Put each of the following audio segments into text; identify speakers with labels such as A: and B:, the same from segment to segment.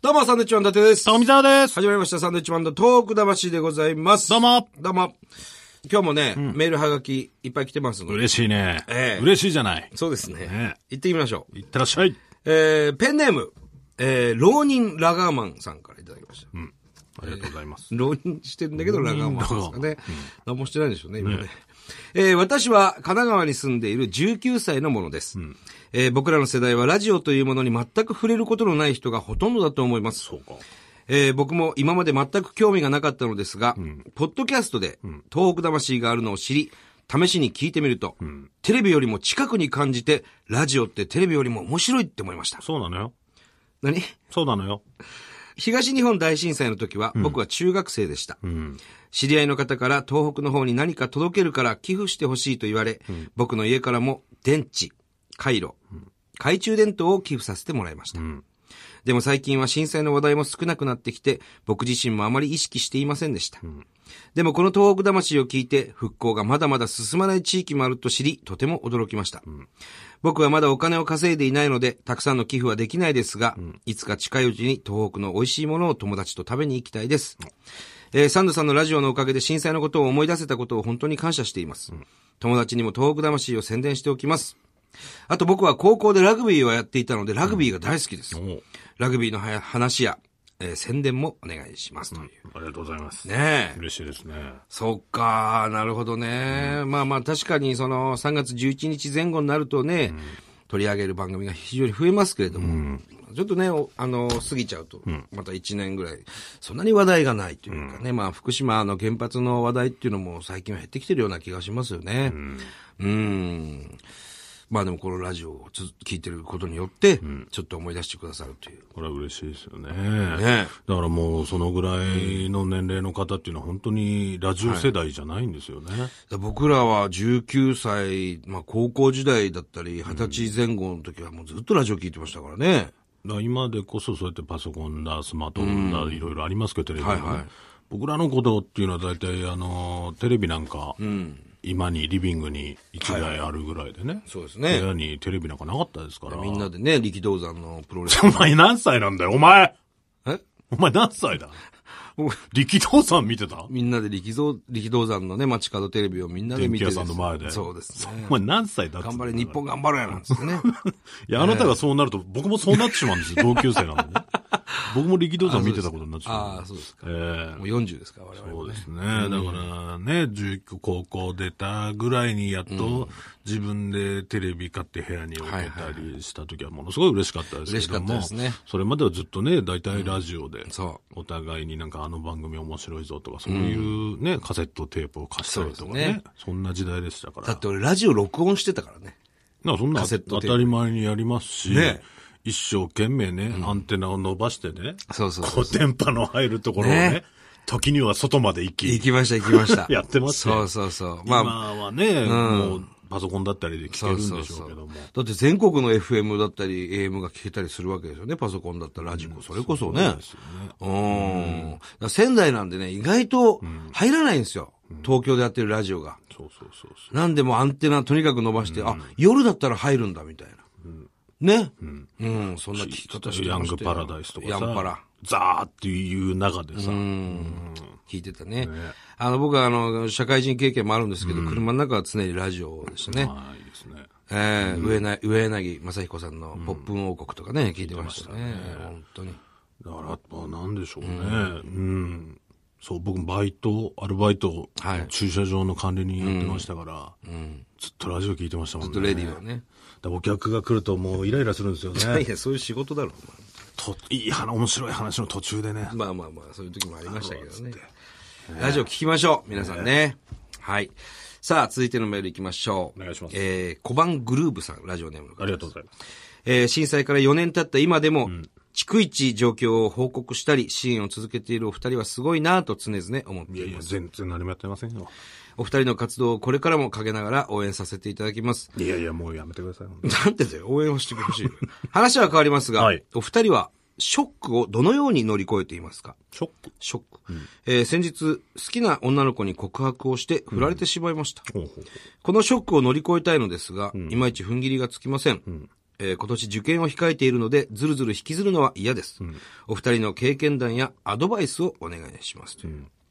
A: どうも、サンドイッチマン伊達です。
B: 富澤です。
A: 始まりました、サンドイッチマンのトーク魂でございます。
B: どうも。
A: どうも。今日もね、メールはがきいっぱい来てますので。
B: 嬉しいね。
A: ええ
B: 嬉しいじゃない。
A: そうですね。
B: ね
A: 行ってみましょう。
B: いってらっしゃい。
A: えー、ペンネーム、えー、浪人ラガーマンさんからいただきました。
B: ありがとうございます。
A: 浪人してんだけど、ラガーマンですかね。何もしてないんでしょうね、今ね。えー私は神奈川に住んでいる19歳のものです、えー僕らの世代はラジオというものに全く触れることのない人がほとんどだと思います。えー僕も今まで全く興味がなかったのですが、ポッドキャストで東北魂があるのを知り、試しに聞いてみると、テレビよりも近くに感じて、ラジオってテレビよりも面白いって思いました。
B: そうなのよ。
A: 何
B: そうなのよ。
A: 東日本大震災の時は、僕は中学生でした、知り合いの方から東北の方に何か届けるから寄付してほしいと言われ、僕の家からも電池、回路、懐中電灯を寄付させてもらいました。でも最近は震災の話題も少なくなってきて、僕自身もあまり意識していませんでした。でもこの東北魂を聞いて、復興がまだまだ進まない地域もあると知り、とても驚きました。僕はまだお金を稼いでいないので、たくさんの寄付はできないですが、いつか近いうちに東北の美味しいものを友達と食べに行きたいです。えーサンドさんのラジオのおかげで震災のことを思い出せたことを本当に感謝しています。友達にも東北魂を宣伝しておきます。あと僕は高校でラグビーをやっていたので、ラグビーが大好きです。
B: おう
A: ラグビーのは話や、えー宣伝もお願いしますという。
B: ありがとうございます。
A: ねえ。
B: 嬉しいですね。
A: そっか、なるほどね。まあまあ確かにその3月11日前後になるとね、取り上げる番組が非常に増えますけれども、ちょっとね、おあの、過ぎちゃうと、また1年ぐらい、そんなに話題がないというかね、まあ福島の原発の話題っていうのも最近は減ってきてるような気がしますよね。うんまあでもこのラジオをつ聞いてることによって、ちょっと思い出してくださるという。
B: これは嬉しいですよね。
A: ね
B: だからもうそのぐらいの年齢の方っていうのは本当にラジオ世代じゃないんですよね。
A: だ僕らは19歳、まあ高校時代だったり、20歳前後の時はもうずっとラジオ聞いてましたからね。
B: だから今でこそそうやってパソコンだ、スマートフォンだ、いろいろありますけど、テレビもね、
A: はいはい
B: 僕らのことっていうのは大体、あの、テレビなんか、今にリビングに1台あるぐらいでね。
A: そうです
B: 部
A: ね。
B: 屋にテレビなんかなかったですから。
A: みんなでね、力道山のプロレス。
B: お前何歳なんだよ、お前
A: え
B: お前何歳だ
A: 僕
B: 力道さん見てた
A: みんなで力道力道山のね、街角テレビをみんなで
B: 電
A: 見
B: 気
A: て
B: 屋
A: です
B: さんの前で。
A: そうですね。
B: お前何歳だっつっ
A: 頑
B: てんだ
A: 張
B: よ
A: れ、日本頑張れなんですよ ね。
B: いや、あなたがそうなると、僕もそうなってしまうんですよ、同級生なんでね。僕も力道さん見てたことになっちゃう。
A: あそうです
B: か。ええ
A: もう40ですから、我々
B: そ
A: も。
B: うですね。だからね、19高校出たぐらいにやっと自分でテレビ買って部屋に置けたりした時はものすごい嬉しかったですけども、
A: 嬉しかったですね
B: それまではずっとね、大体ラジオで、
A: そ
B: お互いになんかあの番組面白いぞとか、そういうね、カセットテープを貸したりとか
A: そうですね
B: ね、そんな時代でしたから。
A: だって俺ラジオ録音してたからね。
B: なそんな
A: カセット
B: 当
A: テープ
B: たり前にやりますし、
A: ね
B: 一生懸命ね、アンテナを伸ばしてね、
A: そうそうそ
B: こ
A: う
B: う電波の入るところをね、
A: ね
B: 時には外まで行き
A: 行、きました、行きました
B: 。やってますね
A: そうそうそう。まあ、
B: 今はね、もうパソコンだったりで聞けるんでしょうけども。
A: だって全国の FM だったり AM が聞けたりするわけですよね。パソコンだったらラジコ、それこそね。うん。だから仙台なんでね、意外と入らないんですよ。東京でやってるラジオが。
B: そうそうそうそ
A: なんでもうアンテナとにかく伸ばして、あ、夜だったら入るんだみたいな。ね、うん、そんな聞き方
B: う。
A: してましたよ
B: ヤングパラダイスとかさ、
A: ヤンパラ。
B: ザーっていう中でさ、
A: 聞いてたね。あの、僕はあの、社会人経験もあるんですけど、車の中は常にラジオでしたね。
B: まあいいですね。
A: ええ上な上柳正彦さんのポップン王国とかね、聞いてましたね。本当に。
B: だから、やっぱなんでしょうね。うん。そう、僕もバイト、アルバイト、
A: はい
B: 駐車場の管理人やってましたから、ずっとラジオ聞いてましたもんね。
A: レディはね。
B: だからお客が来るともうイライラするんです よね。
A: や、そういう仕事だろ、
B: といい話、面白い話の途中でね。
A: まあまあまあ、そういう時もありましたけどね。ラジオ聞きましょう、皆さんね。はい。さあ、続いてのメール行きましょう。
B: お願いします
A: えー、小判グルーブさん、ラジオネームの方
B: ありがとうございます。
A: えー震災から4年経った今でも、逐一状況を報告したり、支援を続けているお二人はすごいなぁと常々思っています
B: いやいや、全然何もやってませんよ。
A: お二人の活動をこれからも陰ながら応援させていただきます。
B: いやいや、もうやめてください。本当に
A: なんてだよ、応援をしてほしい。 話は変わりますが、
B: はい
A: お二人はショックをどのように乗り越えていますか
B: ショック。
A: ショック。えー先日、好きな女の子に告白をして振られてしまいました。
B: ほうほうほう
A: このショックを乗り越えたいのですが、いまいち踏ん切りがつきません。えー今年受験を控えているので、ずるずる引きずるのは嫌です。お二人の経験談やアドバイスをお願いします。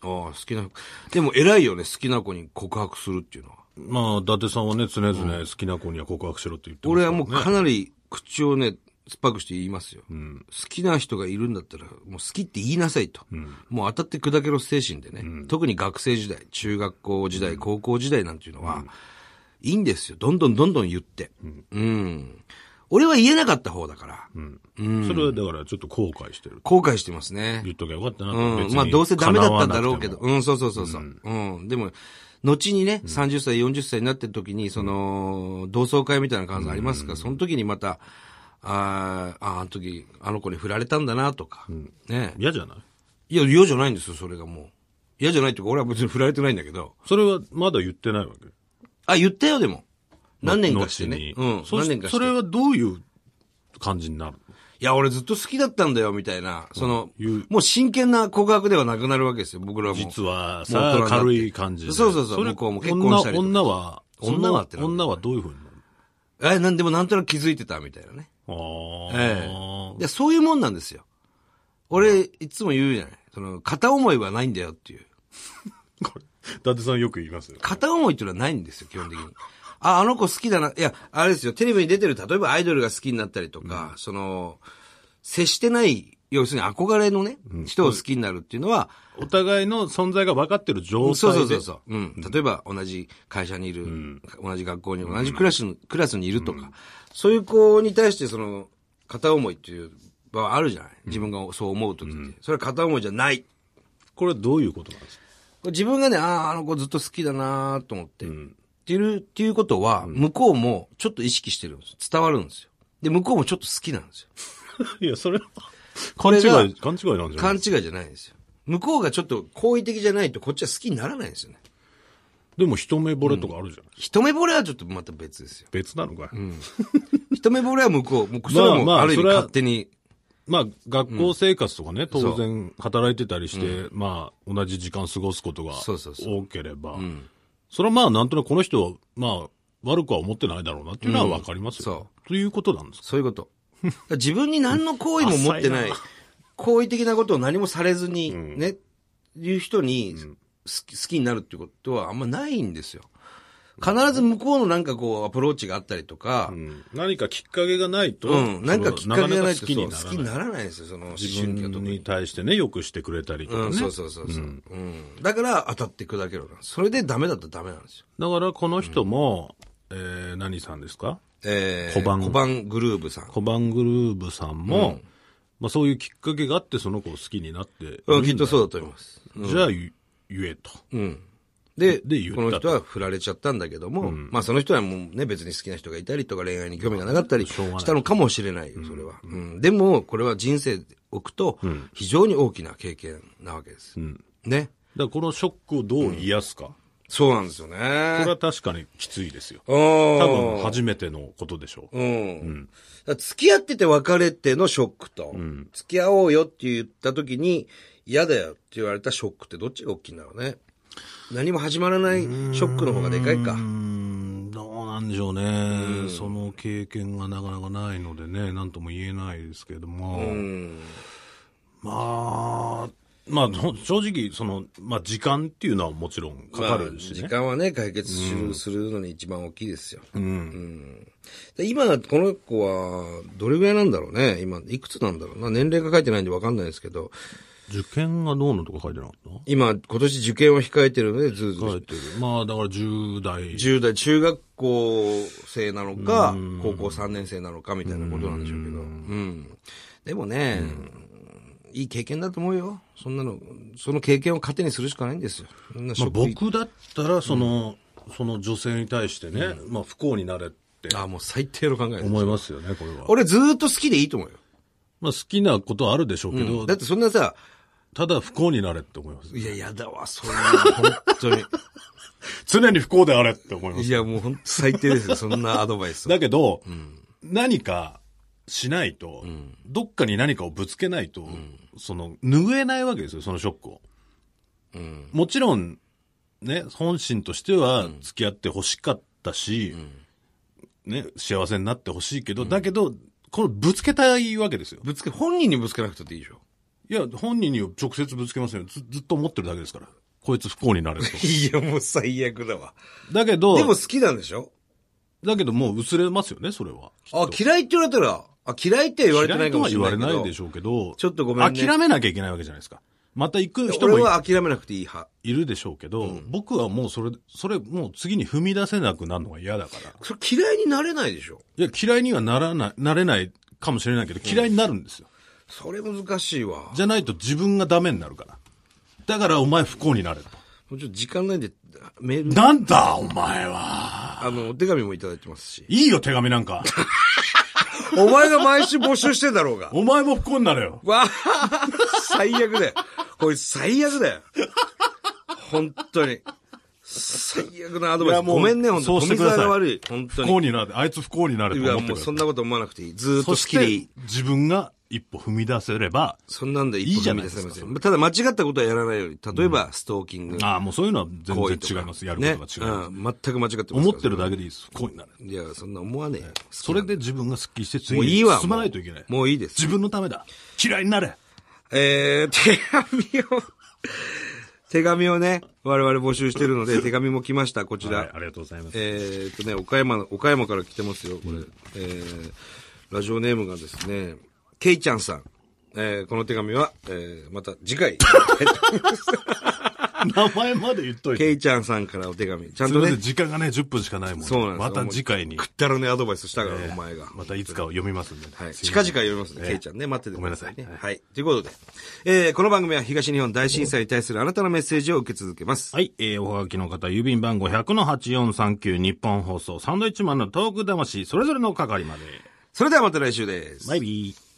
A: ああ、好きな、でも偉いよね、好きな子に告白するっていうのは。
B: まあ、伊達さんはね、常々好きな子には告白しろって言ってます
A: 俺はもうかなり口をね、酸っぱくして言いますよ。好きな人がいるんだったら、もう好きって言いなさいと。もう当たって砕けろ精神でね、特に学生時代、中学校時代、高校時代なんていうのは、いいんですよ。どんどんどんどん言って。うん。俺は言えなかった方だから、
B: それはだからちょっと後悔してる。
A: 後悔してますね。
B: 言っときゃよかったなと。別
A: うん。
B: に
A: まあ、どうせダメだったんだろうけど。
B: 叶わ
A: う
B: なくても。
A: ん、そうそうそうそう。うん。でも、後にね、30歳、40歳になってる時に、その、同窓会みたいな感じありますから、その時にまた、あーあー、あの時、あの子に振られたんだな、とか。ね。
B: 嫌じゃない
A: いや、嫌じゃないんですよ、それがもう。嫌じゃないっていうか、俺は別に振られてないんだけど。
B: それはまだ言ってないわけ。
A: あ、言ったよ、でも。何年かしてね。う
B: 後に
A: ん、
B: そ
A: 何年かして。
B: それはどういう感じになるの
A: いや、俺ずっと好きだったんだよ、みたいな。その
B: 言う、
A: もう真剣な告白ではなくなるわけですよ、僕らも。
B: 実
A: も
B: は
A: う大人
B: さ
A: に、なって
B: 軽い感じで。
A: そうそうそう
B: れ
A: 向こうも結婚したりとか
B: 女女は、
A: 女はってなんだ
B: 女はどういうふうになる
A: え、なんでもなんとなく気づいてた、みたいなね。
B: のあ
A: え
B: ー
A: で、そういうもんなんですよ。俺、いつも言うじゃない。その、片思いはないんだよっていう。
B: これ伊達さんよく言いますよ。
A: 片思いっていうのはないんですよ、基本的に。あ、あの子好きだな。いや、あれですよ、テレビに出てる、例えばアイドルが好きになったりとか、その、接してない、要するに憧れのね、人を好きになるっていうのは、
B: お互いの存在が分かってる状態で。
A: そうそうそうそう、うん。例えば、同じ会社にいる、同じ学校に、同じクラスの、クラスにいるとか、そういう子に対して、その、片思いっていう場はあるじゃない自分がそう思うときって、それは片思いじゃない。
B: これはどういうことなんですか
A: これ自分がね、ああ、あの子ずっと好きだなーと思って、っていう、っていうことは、向こうもちょっと意識してるんです。伝わるんですよ。で、向こうもちょっと好きなんですよ。
B: いや、それは、
A: こ
B: 勘
A: れ
B: 違
A: が
B: い、勘違いなんじゃない
A: 勘違いじゃないんですよ。向こうがちょっと好意的じゃないと、こっちは好きにならないんですよね。
B: でも一目惚れとかあるじゃない、
A: 一目惚れはちょっとまた別ですよ。
B: 別なのかい、
A: 一目惚れは向こう、もうそれはもう
B: まあまあ
A: ある意味
B: それは
A: 勝手に。
B: まあ、学校生活とかね、当然働いてたりして、まあ、同じ時間過ごすことが
A: そうそうそ
B: 多ければ、それはまあ、なんとなくこの人は、まあ、悪くは思ってないだろうなっていうのはわかりますよ、
A: うんそ
B: ということなんですか
A: そういうこと。だから自分に何の好意も持ってな
B: 浅い
A: い
B: な、
A: 好意的なことを何もされずに、ね、いう人に好き好きになるってことはあんまないんですよ。必ず向こうのなんかこうアプローチがあったりとか
B: う、ん何かきっかけがないと、
A: うん、なんかきっかけがない
B: そ
A: と
B: のか
A: そう好
B: なか好
A: き
B: きに
A: に
B: なら
A: な
B: ない。
A: らないんですよ、その思
B: 自
A: 春期の
B: 分
A: 時に。
B: に対してね、よくしてくれたりとかね。
A: うん、そうそうそうそう、うん。だから当たって砕けろなんですそれでダメだったらダメなんですよ。
B: だから、この人も、えー、何さんですか
A: えー、
B: 小判
A: 小判グルーブさん。
B: コバングルーブさんも、まあそういうきっかけがあってその子を好きになっているんだよ、
A: うん、きっとそうだと思います。
B: じゃあ言言えと。
A: うん。で、
B: で言った
A: ことの人は振られちゃったんだけども、まあその人はもうね、別に好きな人がいたりとか恋愛に興味がなかったり
B: しょうがない
A: したのかもしれないよ、それは。うん。でも、これは人生で置くと、非常に大きな経験なわけです。ね。
B: だからこのショックをどう癒すか。
A: そうなんですよね。
B: これは確かにきついですよ。多
A: 多
B: 分初めてのことでしょう。
A: うん。だから付き合ってて別れてのショックと、付き合おうよって言った時に、嫌だよって言われたショックってどっちが大きいんだろうね。何も始まらないショックの方がでかいか。
B: うん、どうなんでしょうね、その経験がなかなかないのでね、なんとも言えないですけども。
A: うん。
B: まあ、まあ、ほん正直、その、まあ時間っていうのはもちろんかかる
A: ま
B: し
A: あ時
B: ね。
A: 間はね、解決する,、するのに一番大きいですよ。
B: うん。
A: で今、この子は、どれぐらいなんだろうね。今、いくつなんだろうな。年齢が書いてないんでわかんないですけど、
B: 受験がどうのとか書いてなかった
A: 今、今年受験を控えてるので、ずうず
B: 書
A: う
B: いてる。まあ、だから10代。
A: 10代、中学校生なのか、高校3年生なのかみたいなことなんでしょうけど。うん。でもね、いい経験だと思うよ。そんなの、その経験を糧にするしかないんですよ。そんなシ
B: ま
A: ョ
B: あ、
A: ック
B: 僕だったら、その、その女性に対してね、まあ、不幸になれって
A: あ、もう最低の考えです。
B: 思いますよね、これは。
A: 俺ずーっと好きでいいと思うよ。
B: まあ、好きなことはあるでしょうけど、
A: だってそんなさ、
B: ただ不幸になれって思います。
A: いや、やだわ、そんな、本当 に。
B: 常に不幸であれって思いま
A: い
B: す。
A: や、もう本当最低ですよ、そんなアドバイスは。
B: だけど、何かしないと、どっかに何かをぶつけないと、その、拭えないわけですよ、そのショックを。もちろん、ね、本心としては付き合ってほしかったし、ね、幸せになってほしいけど、だけど、これぶつけたいわけですよ。
A: ぶつけ、本人にぶつけなくたっていいでしょ。
B: いや、本人に直接ぶつけませんよ。ずずっと思ってるだけですから。こいつ不幸になると。
A: いや、もう最悪だわ。
B: だけど、
A: でも好きなんでしょ
B: だけどもう薄れますよね、それは。
A: あ、嫌いって言われたら、あ、嫌いっては言われてないかもしれないけ
B: 嫌
A: ど。
B: とは言われないでしょうけど、
A: ちょっとごめんね
B: 諦めなきゃいけないわけじゃないですか。また行く人も
A: 俺
B: い
A: は諦めなくていい派。
B: いるでしょうけど、僕はもうそれ、それもう次に踏み出せなくなるのが嫌だから。
A: それ嫌いになれないでしょ。
B: いや、嫌いにはならない、なれないかもしれないけど、嫌いになるんですよ。
A: それ難しいわ。
B: じゃないと自分がダメになるから。だからお前不幸になれと。
A: もうちょっと時間ないんで、メール、
B: なんだお前は。
A: あの、お手紙もいただいてますし。
B: いいよ手紙なん か。
A: お前が毎週募集してんだろうが。
B: お前も不幸になれよ。
A: わあ最悪だよ。こいつ最悪だよ。本当に。最悪なアドバイス。
B: いやもう
A: ごめんね、本当
B: そうしてください
A: が悪い。本当
B: 不
A: に
B: 幸。になれ。あいつ不幸になれ
A: い
B: と
A: や、
B: 思って
A: も
B: く
A: う
B: れ
A: そんなこと思わなくていい。ずーっと好
B: そし
A: きでい
B: て
A: い。、
B: 自分が一歩踏み出せれば、
A: そんなんで
B: い
A: 一
B: いじ
A: 歩踏
B: ゃな
A: み
B: い
A: 出
B: です
A: せ
B: か
A: ません。ただ間違ったことはやらないように。例えば、ストーキング。
B: ああ、もうそういうのは全
A: 行為とか
B: 然違います。やる
A: ね。
B: ことが違います。
A: うん。全く間違ってますから
B: 思ってるだけでいいです。不幸になれ。
A: いや、そんな思わねえよ。
B: それで自分がスッキリして次
A: もう
B: に
A: いいわ。
B: 進まないといけない。
A: もうもういいです。
B: 自分のためだ。嫌いになれ。
A: えー、手紙を、手紙をね、我々募集してるので、手紙も来ました、こちら。
B: はい、ありがとうございます。
A: えー、っとね、岡山の、岡山から来てますよ、これ。えー、ラジオネームがですね、ケイちゃんさん。えー、この手紙は、えー、また次回。
B: 名前まで言っといて。
A: ケイちゃんさんからお手紙。ちゃん
B: すみ
A: と
B: ませ
A: ね
B: ん、、時間がね、10分しかないもんね。
A: そうなんです
B: また次回に
A: く、ったらねえアドバイスしたから、お前が。
B: またいつかを読みますんでね。
A: はい。
B: すい
A: 近
B: ま
A: 々
B: せん
A: 読みますね。ケイちゃんね。待っててくださいね。
B: ごめんな
A: はい。ということで、えー、この番組は東日本大震災に対するあなたのメッセージを受け続けます。
B: はい、えー、おはがきの方、郵便番号100-8439日本放送、サンドイッチマンのトーク魂、それぞれの係まで。
A: それではまた来週です。
B: バイビー。